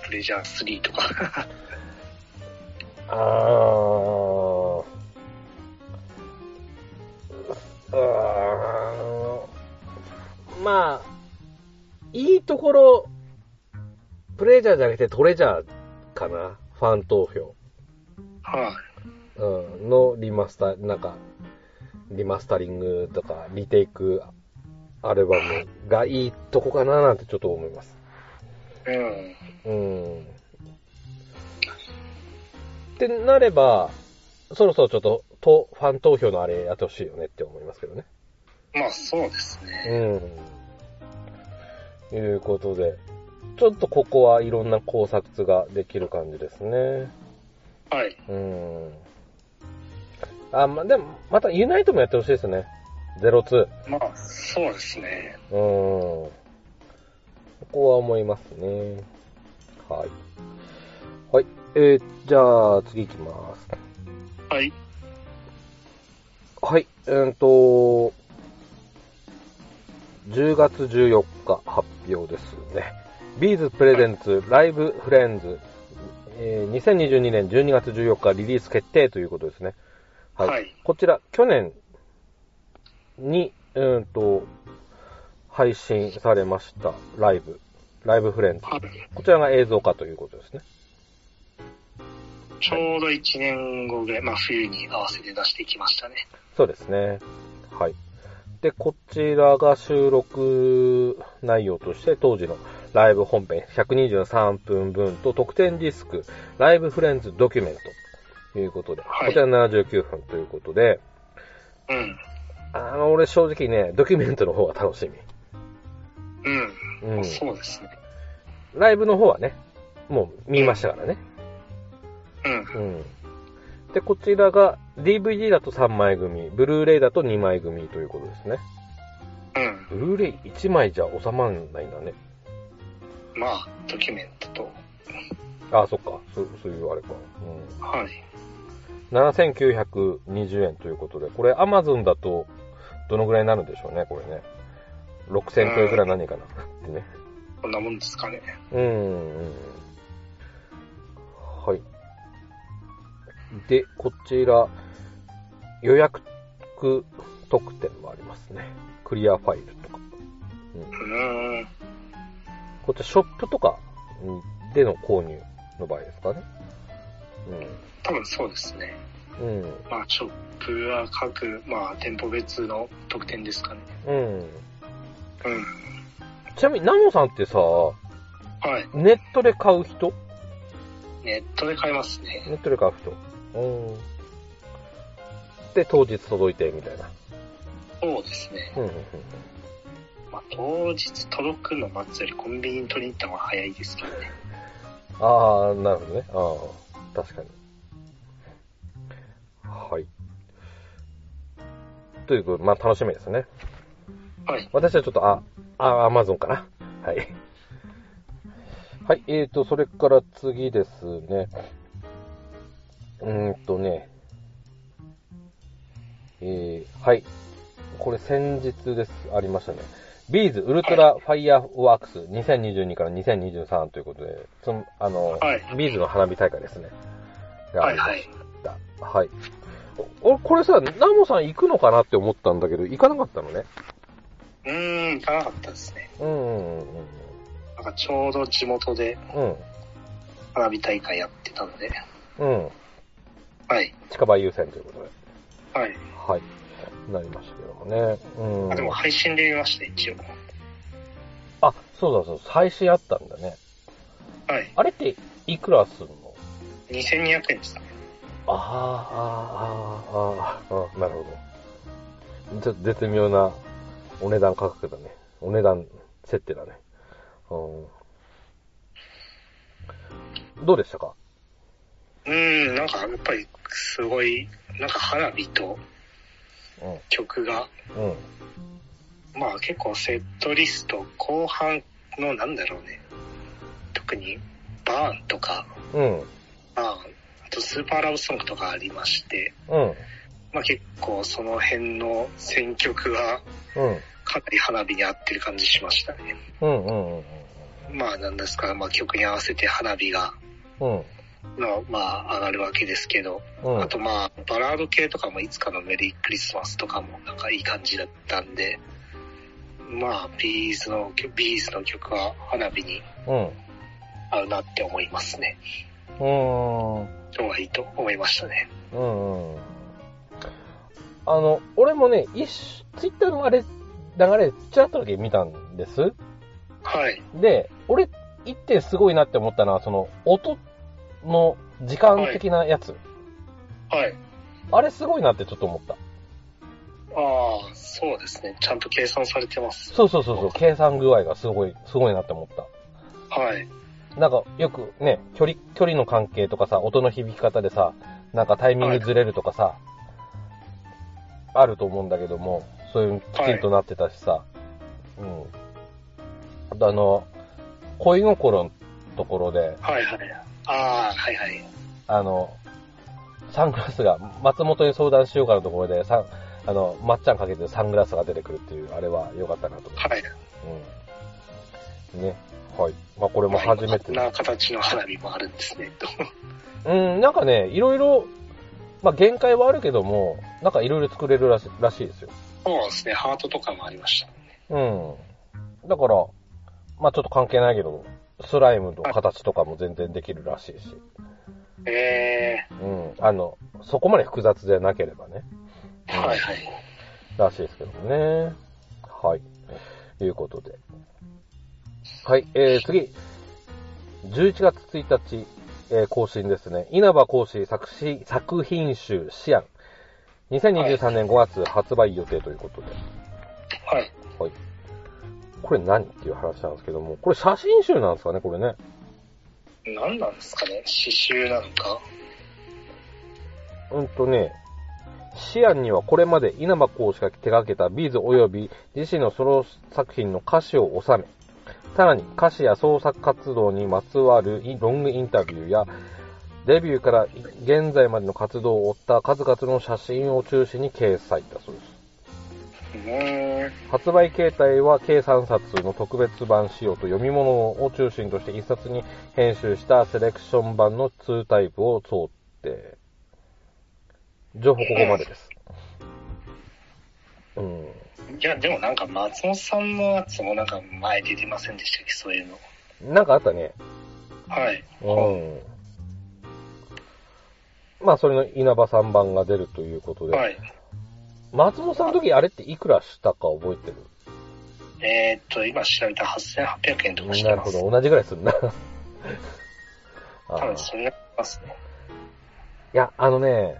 [SPEAKER 3] プレジャー3とか。
[SPEAKER 2] あーあーまあ、いいところ、プレジャーじゃなくてトレジャーかな。ファン投票。
[SPEAKER 3] はい。
[SPEAKER 2] うん、のリマスター、なんか、リマスタリングとか、リテイクアルバムがいいとこかななんてちょっと思います。
[SPEAKER 3] うん。
[SPEAKER 2] うん。ってなれば、そろそろちょっと、と、ファン投票のあれやってほしいよねって思いますけどね。
[SPEAKER 3] まあそうですね。
[SPEAKER 2] うん。いうことで、ちょっとここはいろんな考察ができる感じですね。
[SPEAKER 3] はい。
[SPEAKER 2] うん。あ、ま、でも、またユナイトもやってほしいですね。02。
[SPEAKER 3] まあそうですね。
[SPEAKER 2] うん。ここは思いますね。はい。はい。えー、じゃあ、次行きます。
[SPEAKER 3] はい。
[SPEAKER 2] はい。えー、と、10月14日発表ですね。ビーズプレゼンツライブフレンズ、えー2022年12月14日リリース決定ということですね。
[SPEAKER 3] はい
[SPEAKER 2] こちら、去年に、うーんと、配信されましたライブ、ライブフレンズ。
[SPEAKER 3] はい
[SPEAKER 2] こちらが映像化ということですね。
[SPEAKER 3] ちょうど1年後ぐらい、まあ冬に合わせて出していきましたね。
[SPEAKER 2] そうですね。はい。で、こちらが収録内容として、当時のライブ本編123分分と特典ディスク、ライブフレンズドキュメントということで、
[SPEAKER 3] はい
[SPEAKER 2] こちら79分ということで、
[SPEAKER 3] うん。
[SPEAKER 2] あの、俺正直ね、ドキュメントの方が楽し
[SPEAKER 3] うん。
[SPEAKER 2] み。うん。
[SPEAKER 3] そうですね。
[SPEAKER 2] ライブの方はね、もう見ましたからね。
[SPEAKER 3] うん。
[SPEAKER 2] うん。で、こちらが DVD だと3枚組、ブルーレイだと2枚組ということですね。
[SPEAKER 3] うん。
[SPEAKER 2] ブルーレイ1枚じゃ収まらないんだね。
[SPEAKER 3] まあ、ドキュメントと。
[SPEAKER 2] あそっか。そうそういうあれか。うん。
[SPEAKER 3] はい。
[SPEAKER 2] 7920円ということで、これ Amazon だと、どのぐらいになるんでしょうね、これね。6000ちょいぐらい何かな。 ってね。
[SPEAKER 3] こんなもんですかね。
[SPEAKER 2] うんうん。はい。で、こちら、予約特典もありますね。クリアファイルとか。
[SPEAKER 3] うーん。
[SPEAKER 2] こちら、ショップとかでの購入の場合ですかね。
[SPEAKER 3] 多分そうですね。
[SPEAKER 2] うん。うん。
[SPEAKER 3] まあ、ショップは各、まあ、店舗別の特典ですかね。
[SPEAKER 2] うん。
[SPEAKER 3] うん。
[SPEAKER 2] ちなみに、ナモさんってさ、
[SPEAKER 3] はい。
[SPEAKER 2] ネットで買う人
[SPEAKER 3] ネットで買えますね。
[SPEAKER 2] ネットで買う人。うん。で、当日届いて、みたいな。
[SPEAKER 3] そうですね。
[SPEAKER 2] うんうん
[SPEAKER 3] まあ、当日届くの待つよりコンビニに取りに行った方が早いですけどね。
[SPEAKER 2] ああ、なるほどね。ああ、確かに。はい。ということで、まあ楽しみですね。
[SPEAKER 3] はい。
[SPEAKER 2] 私はちょっと、あ、あ、アマゾンかな。はい。はい、えーと、それから次ですね。うーんとね。えー、はい。これ先日です。ありましたね。ビーズウルトラファイアワークス2022から2023ということで、その、あの、
[SPEAKER 3] はい
[SPEAKER 2] ビーズの花火大会ですね。があ
[SPEAKER 3] はい
[SPEAKER 2] りま
[SPEAKER 3] は
[SPEAKER 2] し
[SPEAKER 3] い。
[SPEAKER 2] た。はい。お俺、これさ、ナモさん行くのかなって思ったんだけど、行かなかったのね。
[SPEAKER 3] うーん、行かなかったですね。
[SPEAKER 2] うんうんうん
[SPEAKER 3] なんかちょうど地元で
[SPEAKER 2] うん。
[SPEAKER 3] 花火大会やってたので。
[SPEAKER 2] うん。うん。
[SPEAKER 3] はい。
[SPEAKER 2] 近場優先ということで。
[SPEAKER 3] はい。
[SPEAKER 2] はい。なりましたけどもね。うん。
[SPEAKER 3] あ、でも配信で見ました、一応。
[SPEAKER 2] あ、そうだそう、最新あったんだね。
[SPEAKER 3] はい。
[SPEAKER 2] あれって、いくらすんの
[SPEAKER 3] 2200円でしたね。
[SPEAKER 2] あーあー、あーあー、あーなるほど。ちょっと絶妙なお値段価格だね。お値段設定だね。うん。どうでしたか
[SPEAKER 3] うーん、なんかやっぱりすごい、なんか花火と
[SPEAKER 2] う
[SPEAKER 3] 曲が、
[SPEAKER 2] ん。うん。
[SPEAKER 3] まあ結構セットリスト、後半のなんだろうね。特にバーンとか、
[SPEAKER 2] うん。
[SPEAKER 3] バーン、あとスーパーラブソングとかありまして、
[SPEAKER 2] うん。
[SPEAKER 3] まあ結構その辺の選曲が
[SPEAKER 2] うん。
[SPEAKER 3] かなり花火に合ってる感じしましたね。
[SPEAKER 2] うん。うん。うん。
[SPEAKER 3] まあなんですか、まあ曲に合わせて花火が、
[SPEAKER 2] うん。
[SPEAKER 3] のまあ上がるわけですけど、
[SPEAKER 2] うん
[SPEAKER 3] あとまあ、バラード系とかもいつかのメリークリスマスとかもなんかいい感じだったんで、まあ、ビーズの、ビーズの曲は花火に
[SPEAKER 2] うん。
[SPEAKER 3] 合うなって思いますね。
[SPEAKER 2] うん。
[SPEAKER 3] 今日はいいと思いましたね。
[SPEAKER 2] うんうん。あの、俺もね、一瞬、ツイッターのあれ、流れ、ちらっとだけ見たんです。
[SPEAKER 3] はい。
[SPEAKER 2] で、俺、一点すごいなって思ったのは、その、音の時間的なやつ。
[SPEAKER 3] はい。
[SPEAKER 2] あれすごいなってちょっと思った。
[SPEAKER 3] ああ、そうですね。ちゃんと計算されてます。
[SPEAKER 2] そうそうそうそう、計算具合がすごい、すごいなって思った。
[SPEAKER 3] はい。
[SPEAKER 2] なんかよくね、距離、距離の関係とかさ、音の響き方でさ、なんかタイミングずれるとかさ、あると思うんだけども、そういうのきちんとなってたしさ、うん。あとあの、恋心のところで、
[SPEAKER 3] はいはい。ああ、はいはい。
[SPEAKER 2] あの、サングラスが、松本に相談しようかのところで、さあの、まっちゃんかけてるサングラスが出てくるっていう、あれは良かったなと思って。
[SPEAKER 3] はい。
[SPEAKER 2] うん。ね。はい。まあこれも初めて
[SPEAKER 3] こん。な形の花火もあるんですね。 と
[SPEAKER 2] うん、なんかね、いろいろ、まあ、限界はあるけども、なんかいろいろ作れるらしらしいですよ。
[SPEAKER 3] そうですね。ハートとかもありました。
[SPEAKER 2] うん。だから、まあ、ちょっと関係ないけど、スライムの形とかも全然できるらしいし、
[SPEAKER 3] え
[SPEAKER 2] うん。あの、そこまで複雑でなければね、
[SPEAKER 3] えはいはい。
[SPEAKER 2] らしいですけどもね。はい。ということで。はい、えー、次。11月1日、えー更新ですね。稲葉講師作詞、作品集、シアン。2023年5月発売予定ということで。
[SPEAKER 3] はい。
[SPEAKER 2] これ何っていう話なんですけども、これ写真集なんですかね、これね。
[SPEAKER 3] 何なんですかね刺繍なのか
[SPEAKER 2] うんとね、シアンにはこれまで稲葉講師が手掛けたビーズ及び自身のソロ作品の歌詞を収め、さらに歌詞や創作活動にまつわるロングインタビューや、デビューから現在までの活動を追った数々の写真を中心に掲載だそうです。
[SPEAKER 3] うーん。
[SPEAKER 2] 発売形態は計3冊の特別版仕様と読み物を中心として1冊に編集したセレクション版の2タイプを想定。情報ここまでです。うん。
[SPEAKER 3] いや、でもなんか松本さんのやつもなんか前出てませんでしたっけそういうの。
[SPEAKER 2] なんかあったね。
[SPEAKER 3] はい。
[SPEAKER 2] うん。まあ、それの稲葉さん版が出るということで。
[SPEAKER 3] はい。
[SPEAKER 2] 松本さんの時あれっていくらしたか覚えてる
[SPEAKER 3] えー、っと、今調べた8800円とかして
[SPEAKER 2] なる
[SPEAKER 3] ま
[SPEAKER 2] ほ
[SPEAKER 3] す。
[SPEAKER 2] ど。同じぐらいするな。あー
[SPEAKER 3] 多分そんなになりますね。
[SPEAKER 2] いや、あのね、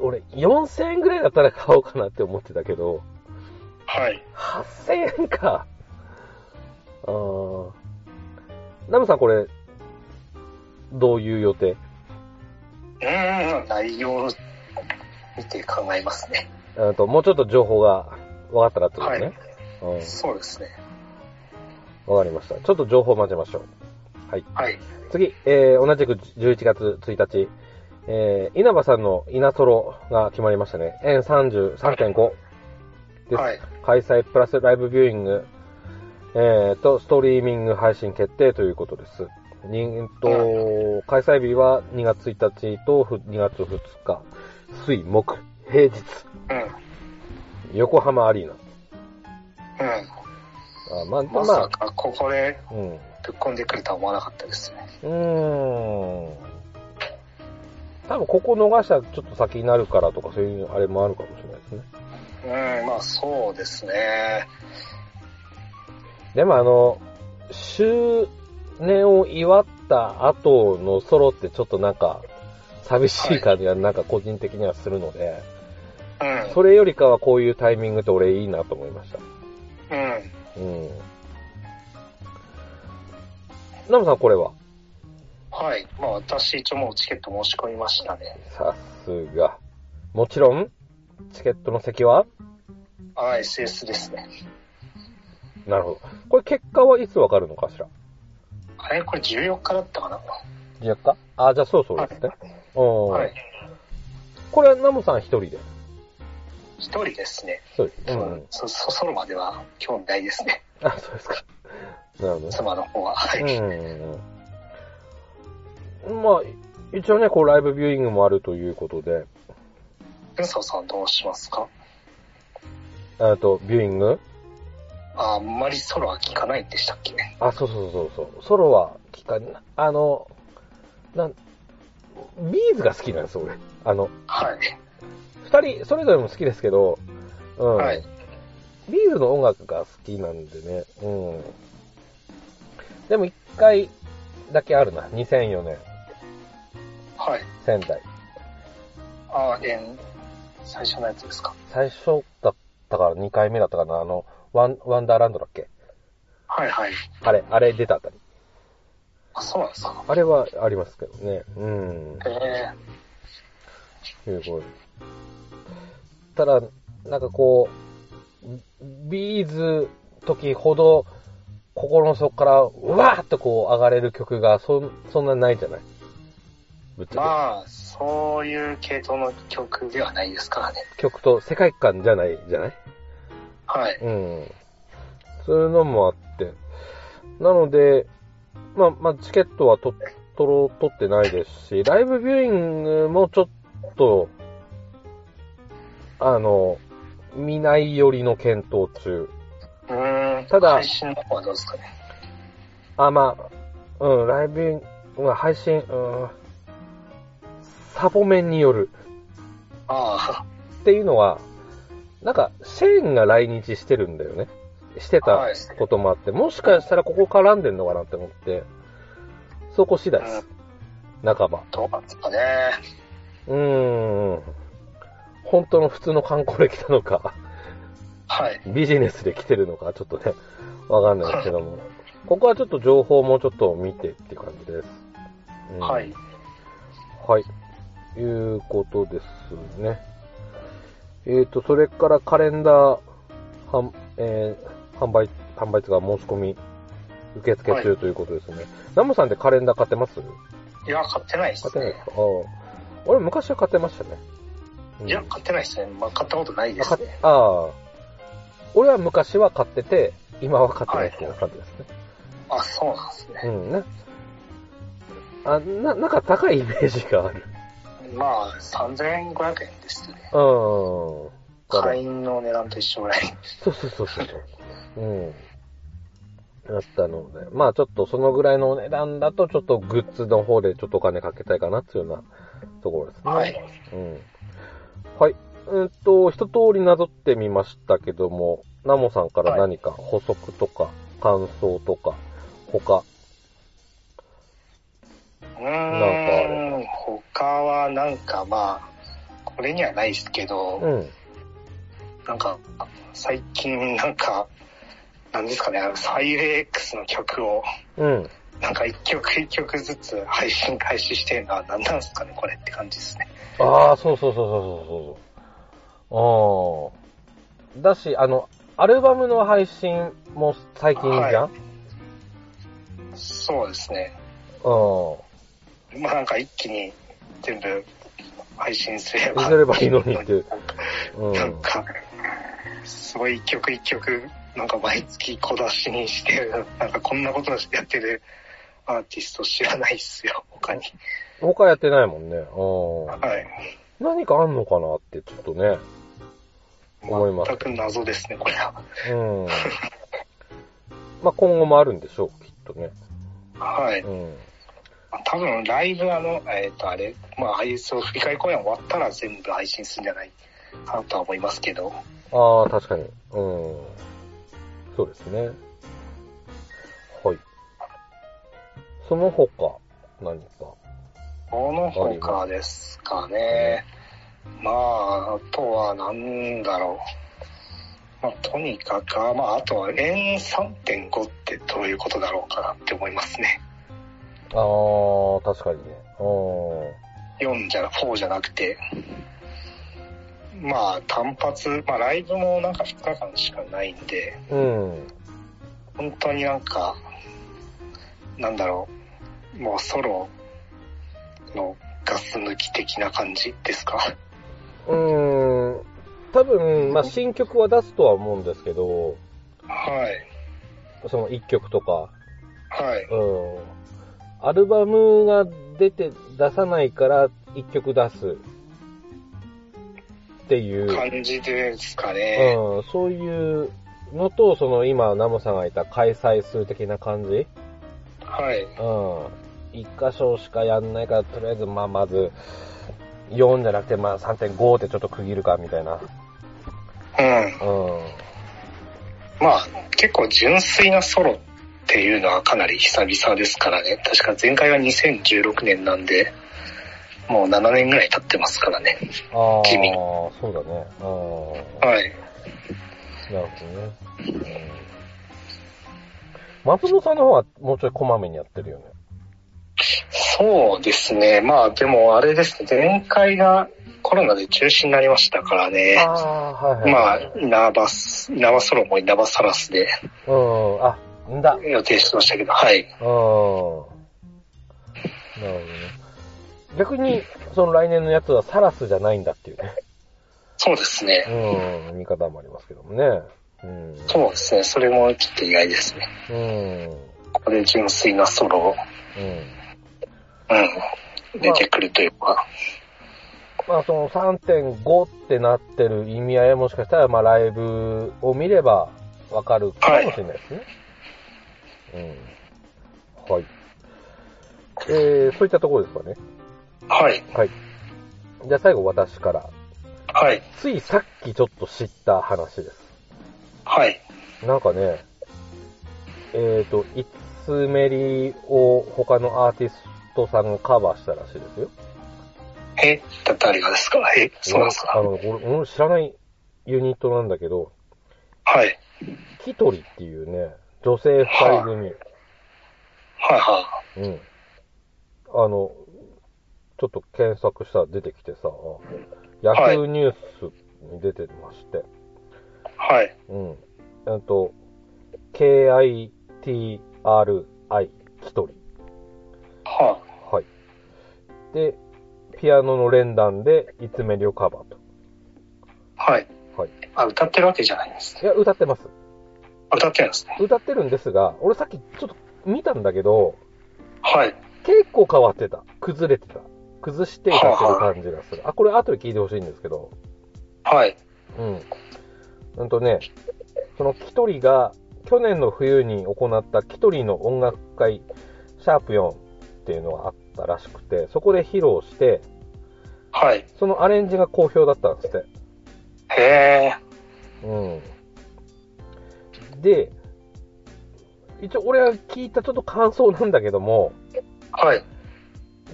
[SPEAKER 2] 俺、4000円ぐらいだったら 買おうかなって思ってたけど、
[SPEAKER 3] はい。
[SPEAKER 2] 8000円か。あー。ナムさんこれ、どういう予定
[SPEAKER 3] うーん、内容を見て考えますね。
[SPEAKER 2] うんと、もうちょっと情報が分かったらってこと
[SPEAKER 3] は
[SPEAKER 2] ね。
[SPEAKER 3] い。そうですね。
[SPEAKER 2] うん。わかりました。ちょっと情報待ちましょう。
[SPEAKER 3] はい。
[SPEAKER 2] 次、えー、同じく11月1日、えー、稲葉さんの稲ソロが決まりましたね。円33.5です。
[SPEAKER 3] はい。
[SPEAKER 2] 開催プラスライブビューイング、えー、と、ストリーミング配信決定ということです。にえっと、開催日は2月1日とふ2月2日、水、木、平日、
[SPEAKER 3] うん。うん。
[SPEAKER 2] 横浜アリーナ。あまあ、ま
[SPEAKER 3] ま
[SPEAKER 2] あ、
[SPEAKER 3] さか、ここで
[SPEAKER 2] うん。う
[SPEAKER 3] ぶっ込んでくるとは思わなかったですね。
[SPEAKER 2] ーん。多分ここ逃したらちょっと先になるからとかそういうあれもあるかもしれないですね。
[SPEAKER 3] うん、まあそうですね。
[SPEAKER 2] でもあの、周年を祝った後のソロってちょっとなんか、寂しい感じがなんか個人的にはするので、
[SPEAKER 3] うん。
[SPEAKER 2] それよりかはこういうタイミングって俺いいなと思いました。
[SPEAKER 3] うん。
[SPEAKER 2] うん。ナムさんこれは
[SPEAKER 3] はい。まあ私一応もうチケット申し込みましたね。
[SPEAKER 2] さすが。もちろん、チケットの席は
[SPEAKER 3] あ、SS ですね。
[SPEAKER 2] なるほど。これ結果はいつわかるのかしら
[SPEAKER 3] あれこれ14日だったかな
[SPEAKER 2] 実家あ、じゃあそうそうですね。うん。
[SPEAKER 3] はい。
[SPEAKER 2] これはナムさん一人で。
[SPEAKER 3] 一人ですね。
[SPEAKER 2] そうです。
[SPEAKER 3] う
[SPEAKER 2] うんうん
[SPEAKER 3] ん。。そ、そ、ソロまでは興味ないですね。
[SPEAKER 2] あ、そうですか。なるほどね。
[SPEAKER 3] 妻の方は。はい。
[SPEAKER 2] うん。まあ、一応ね、こう、ライブビューイングもあるということで、
[SPEAKER 3] 軍曹さんどうしますか
[SPEAKER 2] えっと、ビューイング
[SPEAKER 3] ああんまりソロは聞かないんでしたっけね。
[SPEAKER 2] あ、そうそうそうそう。ソロは聞かんあの、なん、ビーズが好きなんです、俺。あの、
[SPEAKER 3] はい。
[SPEAKER 2] 二人、それぞれも好きですけど、うん。
[SPEAKER 3] はい。
[SPEAKER 2] ビーズの音楽が好きなんでね、うん。でも一回だけあるな、2004年、
[SPEAKER 3] はい。
[SPEAKER 2] 仙台。
[SPEAKER 3] ああ、えん、最初のやつですか。
[SPEAKER 2] 最初だったから2回目だったかな、あの、ワン、ワンダーランドだっけ
[SPEAKER 3] はいはい。
[SPEAKER 2] あれ、あれ出たあたり。
[SPEAKER 3] あ、そうなんですか。
[SPEAKER 2] あれはありますけどね。うん。
[SPEAKER 3] ええ
[SPEAKER 2] すごい。ただ、なんかこう、ビーズ時ほど、心の底から、うわーっとこう上がれる曲が、そん、そんなないじゃないぶっちゃ
[SPEAKER 3] まあ、そういう系統の曲ではないですからね。
[SPEAKER 2] け。曲と世界観じゃないじゃない
[SPEAKER 3] はい。
[SPEAKER 2] うん。そういうのもあって。なので、まあ、まあ、チケットはと、とろ、取ってないですし、ライブビューイングもちょっと、あの、見ないよりの検討中。
[SPEAKER 3] うーん。
[SPEAKER 2] ただ
[SPEAKER 3] 配信の方はどうですかね。
[SPEAKER 2] あ、まあ、うん、ライブビューイング、うん配信、うん、サボメンによる
[SPEAKER 3] あ
[SPEAKER 2] っていうのは、なんか、シェーンが来日してるんだよね。して
[SPEAKER 3] あ、
[SPEAKER 2] た
[SPEAKER 3] はい。
[SPEAKER 2] こともあって、もしかしたらここ絡んでんのかなって思って、そこ次第です。仲間。
[SPEAKER 3] どうなんですかね。
[SPEAKER 2] うーん。本当の普通の観光で来たのか、
[SPEAKER 3] はい。
[SPEAKER 2] ビジネスで来てるのか、ちょっとね、わかんないですけど も。ここはちょっと情報もちょっと見てっていう感じです。うん
[SPEAKER 3] はい。。
[SPEAKER 2] はい。いうことですね。えーと、それからカレンダー、販、えー販売、販売というか申し込み、受付中ということですね。ナモさんってカレンダー買ってます
[SPEAKER 3] いや、買ってないで
[SPEAKER 2] 買
[SPEAKER 3] す
[SPEAKER 2] ってない
[SPEAKER 3] ね
[SPEAKER 2] で。すかああ。俺昔は買ってましたね。うん
[SPEAKER 3] いや、買ってないですね。まあ、買ったことないで
[SPEAKER 2] あ
[SPEAKER 3] す
[SPEAKER 2] 買っ
[SPEAKER 3] ね。
[SPEAKER 2] ああ。俺は昔は買ってて、今は買ってないっていう感じですね。
[SPEAKER 3] あ、そうなんですね。
[SPEAKER 2] うんね。あ、な、なんか高いイメージがある。
[SPEAKER 3] まあ、3500円ですね。
[SPEAKER 2] うん。だから
[SPEAKER 3] 会員の値段と一緒ぐらい。
[SPEAKER 2] そうそうそうそうそう。うん。だったので、まあちょっとそのぐらいのお値段だと、ちょっとグッズの方でちょっとお金かけたいかなっていうようなところですね。
[SPEAKER 3] はい。
[SPEAKER 2] うん。はい。うんと、一通りなぞってみましたけども、ナモさんから何か補足とか、感想とか、他。
[SPEAKER 3] うーん、他はなんかまあ、これにはないですけど、
[SPEAKER 2] うん。
[SPEAKER 3] なんか、最近なんか、なんですかね、あの、サイレックスの曲を、
[SPEAKER 2] うん。
[SPEAKER 3] なんか一曲一曲ずつ配信開始してるのは何なんですかね、これって感じですね。
[SPEAKER 2] ああ、そうそうそうそうそうそうそう。ああ。だし、あの、アルバムの配信も最近じゃん、
[SPEAKER 3] そうですね。
[SPEAKER 2] うん。
[SPEAKER 3] まあなんか一気に全部配信すれば。
[SPEAKER 2] すればいいのにっていう。うん。
[SPEAKER 3] なんか、すごい一曲一曲、なんか毎月小出しにしてる、なんかこんなことやってるアーティスト知らないっすよ、他に。
[SPEAKER 2] 他やってないもんね。う
[SPEAKER 3] はい。
[SPEAKER 2] ん。何かあんのかなって、ちょっとね。思います
[SPEAKER 3] 全く謎ですね、これは。
[SPEAKER 2] うん。まあ、今後もあるんでしょう、きっとね。
[SPEAKER 3] はい。
[SPEAKER 2] うん。
[SPEAKER 3] 多分ライブあの、えっ、とあれ、まあ、ああいうそう振り返り公演終わったら全部配信するんじゃないかなとは思いますけど。
[SPEAKER 2] ああ、確かに。うん。そうですね。はい。その他、何か。
[SPEAKER 3] この他ですかね。まあ、あとはなんだろう。まあ、とにかく、まあ、あとは円3.5ってどういうことだろうかなって思いますね。
[SPEAKER 2] ああ、確かにね。うん。
[SPEAKER 3] 4じゃな、4じゃなくて。まあ、単発、まあ、ライブもなんか2日間しかないんで、
[SPEAKER 2] うん。
[SPEAKER 3] 本当になんか、なんだろう、もうソロのガス抜き的な感じですか。
[SPEAKER 2] うーん。多分、まあ、新曲は出すとは思うんですけど、
[SPEAKER 3] はい。
[SPEAKER 2] その1曲とか、
[SPEAKER 3] はい。
[SPEAKER 2] うん。アルバムが出て、出さないから1曲出す。っていう、うん、
[SPEAKER 3] 感じですかね。
[SPEAKER 2] そういうのと、その今、ナムさんがいた開催数的な感じ
[SPEAKER 3] はい。
[SPEAKER 2] うん。一箇所しかやんないから、とりあえず、まあ、まず、4じゃなくて、まあ、3.5でちょっと区切るか、みたいな。
[SPEAKER 3] うん。
[SPEAKER 2] う
[SPEAKER 3] まあ、結構純粋なソロっていうのはかなり久々ですからね。確か前回は2016年なんで、もう7年ぐらい経ってますからね。
[SPEAKER 2] ああ、
[SPEAKER 3] 地味
[SPEAKER 2] そうだね。ああ、
[SPEAKER 3] はい。
[SPEAKER 2] なるほどね。うん、松本さんの方はもうちょいこまめにやってるよね。
[SPEAKER 3] そうですね。まあでもあれですね、前回がコロナで中止になりましたからね。
[SPEAKER 2] ああ、はいはい。
[SPEAKER 3] まあ、ナーバス、ナバソロモイ、ナバサラスで
[SPEAKER 2] うん、あ、んだ。
[SPEAKER 3] 予定してましたけど、はい。
[SPEAKER 2] うん。なるほどね。逆に、その来年のやつはサラスじゃないんだっていうね。
[SPEAKER 3] そうですね。
[SPEAKER 2] うん、見方もありますけどもね。うん。
[SPEAKER 3] そうですね。それもちょっと意外ですね。
[SPEAKER 2] うん。
[SPEAKER 3] ここで純粋なソロ、
[SPEAKER 2] うん。
[SPEAKER 3] うん、出てくるというか。
[SPEAKER 2] まあその3.5ってなってる意味合いはもしかしたら、まあライブを見ればわかるかもしれないですね。うん。はい。えー、そういったところですかね。
[SPEAKER 3] はい。
[SPEAKER 2] はい。じゃあ最後私から。
[SPEAKER 3] はい。
[SPEAKER 2] ついさっきちょっと知った話です。
[SPEAKER 3] はい。
[SPEAKER 2] なんかね、えっ、ー、と、いつメリを他のアーティストさんがカバーしたらしいですよ。
[SPEAKER 3] えだってあれがですかえそうなんです
[SPEAKER 2] あ
[SPEAKER 3] か
[SPEAKER 2] の、俺、俺の知らないユニットなんだけど、
[SPEAKER 3] はい。
[SPEAKER 2] キトリっていうね、女性二人組。
[SPEAKER 3] はいは
[SPEAKER 2] うん。あの、ちょっと検索したら出てきてさ、ヤ
[SPEAKER 3] はい
[SPEAKER 2] フーニュースに出てまして、
[SPEAKER 3] い。はい。
[SPEAKER 2] うん。えっと、K-I-T-R-I、キトリ。
[SPEAKER 3] は
[SPEAKER 2] はい。で、ピアノの連弾で、いつめりをカバーと。
[SPEAKER 3] あ、はい。
[SPEAKER 2] はい。
[SPEAKER 3] あ、歌ってるわけじゃないんですね。
[SPEAKER 2] いや、歌ってます。
[SPEAKER 3] あ歌ってるんですね。
[SPEAKER 2] 歌ってるんですが、俺さっきちょっと見たんだけど、
[SPEAKER 3] はい。
[SPEAKER 2] 結構変わってた。崩れてた。崩していたっていう感じがする。あ、これ後で聞いてほしいんですけど、
[SPEAKER 3] はい。
[SPEAKER 2] うん。うんとね、そのキトリが、去年の冬に行ったキトリの音楽会、シャープ4っていうのがあったらしくて、そこで披露して、
[SPEAKER 3] はい。
[SPEAKER 2] そのアレンジが好評だったんですって。
[SPEAKER 3] へえ。
[SPEAKER 2] うん。で、一応俺が聞いたちょっと感想なんだけども、
[SPEAKER 3] はい。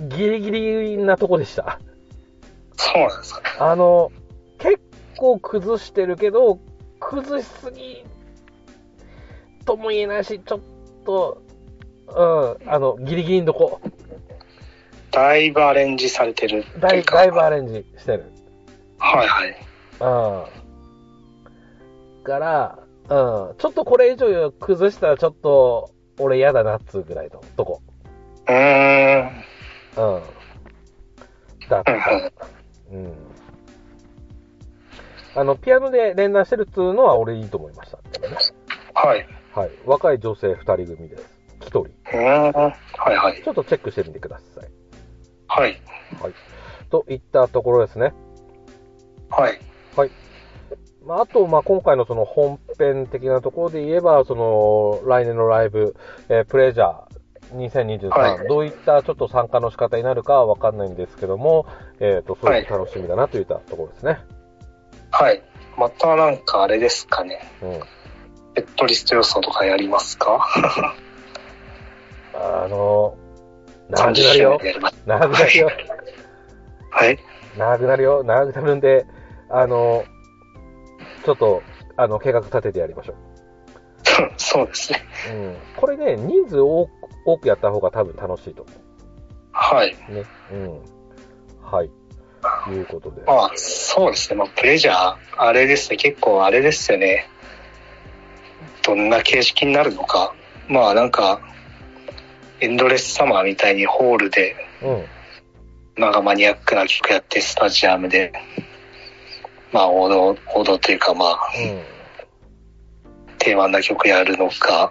[SPEAKER 2] ギリギリなとこでした。
[SPEAKER 3] そうなんですか。
[SPEAKER 2] あの、結構崩してるけど、崩しすぎとも言えないし、ちょっと、うん、あの、ギリギリのとこ、
[SPEAKER 3] だいぶアレンジされてるっていう
[SPEAKER 2] だい
[SPEAKER 3] か
[SPEAKER 2] だいぶアレンジしてる。
[SPEAKER 3] はいはい。
[SPEAKER 2] うん。から、うん、ちょっとこれ以上崩したらちょっと、俺嫌だなっつうぐらいのとこ。
[SPEAKER 3] うーん。
[SPEAKER 2] うん。だっ
[SPEAKER 3] うん
[SPEAKER 2] た。
[SPEAKER 3] う
[SPEAKER 2] うん。あの、ピアノで連弾してるっつうのは俺いいと思いました。
[SPEAKER 3] はい。
[SPEAKER 2] はい。若い女性二人組です。一人。
[SPEAKER 3] うーん。はいはい。
[SPEAKER 2] ちょっとチェックしてみてください。
[SPEAKER 3] はい。
[SPEAKER 2] はい。といったところですね。
[SPEAKER 3] はい。
[SPEAKER 2] まあ、あと、まあ、今回のその本編的なところで言えば、その、来年のライブ、えープレジャー2023、
[SPEAKER 3] はい
[SPEAKER 2] どういったちょっと参加の仕方になるかはわかんないんですけども、えっ、と、すごく楽しみだなといったところですね。
[SPEAKER 3] はい。またなんかあれですかね。
[SPEAKER 2] うん。
[SPEAKER 3] セットリスト予想とかやりますか
[SPEAKER 2] あの、長
[SPEAKER 3] ?30
[SPEAKER 2] くなる
[SPEAKER 3] 周年
[SPEAKER 2] よ
[SPEAKER 3] で。やります。
[SPEAKER 2] 長くなるよ。
[SPEAKER 3] はい。
[SPEAKER 2] 長くなるよ。長くなるんで、あの、ちょっと、あの、計画立ててやりましょう。
[SPEAKER 3] そうですね。
[SPEAKER 2] うん。これね、人数多く、多くやった方が多分楽しいと思
[SPEAKER 3] はい。
[SPEAKER 2] う。ね。うん。はい。いうことで。
[SPEAKER 3] まあ、そうですね。まあ、プレジャー、あれですね。結構あれですよね。どんな形式になるのか。まあ、なんか、エンドレスサマーみたいにホールで、
[SPEAKER 2] うん。
[SPEAKER 3] なんかマニアックな曲やって、スタジアムで、まあ、王道、王道というか、まあ、定番な曲やるのか、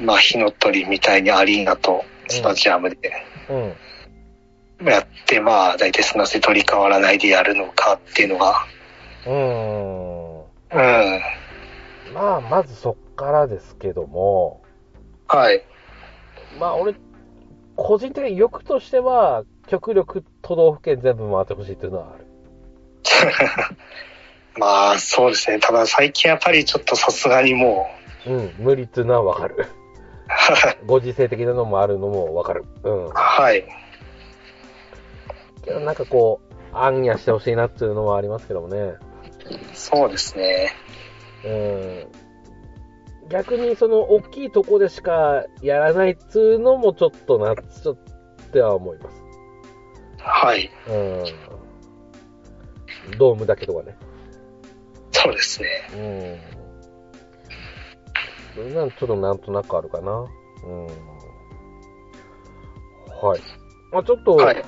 [SPEAKER 3] まあ、火の鳥みたいにアリーナとスタジアムで
[SPEAKER 2] うん。うん。
[SPEAKER 3] やって、まあ、大体そのせ取り変わらないでやるのかっていうのが、
[SPEAKER 2] う
[SPEAKER 3] うん、
[SPEAKER 2] ーん。まあ、まずそっからですけども、
[SPEAKER 3] はい、
[SPEAKER 2] まあ、俺、個人的に欲としては、極力都道府県全部回ってほしいっていうのはある。
[SPEAKER 3] まあ、そうですね。ただ最近やっぱりちょっとさすがにも
[SPEAKER 2] うん、無理っていうのはわかる。
[SPEAKER 3] う、
[SPEAKER 2] ご時世的なのもあるのもわかる。うん。
[SPEAKER 3] はい、
[SPEAKER 2] けどなんかこう、あんやしてほしいなっていうのはありますけどもね。
[SPEAKER 3] そうですね。
[SPEAKER 2] うん。逆にその大きいとこでしかやらないっつうのもちょっとな、ちょっとは思います。
[SPEAKER 3] はい。
[SPEAKER 2] うん。ドームだけとかね。
[SPEAKER 3] そうですね。
[SPEAKER 2] うん。それなんちょっとなんとなくあるかな。うん。はい。まあちょっと、
[SPEAKER 3] はい。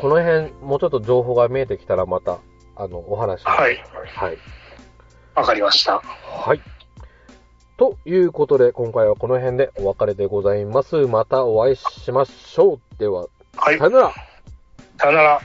[SPEAKER 2] この辺、もうちょっと情報が見えてきたらまた、あの、お話を
[SPEAKER 3] はい。
[SPEAKER 2] はい。
[SPEAKER 3] わかりました。
[SPEAKER 2] はい。ということで、今回はこの辺でお別れでございます。またお会いしましょう。では、
[SPEAKER 3] はい。
[SPEAKER 2] さよなら。
[SPEAKER 3] さよなら。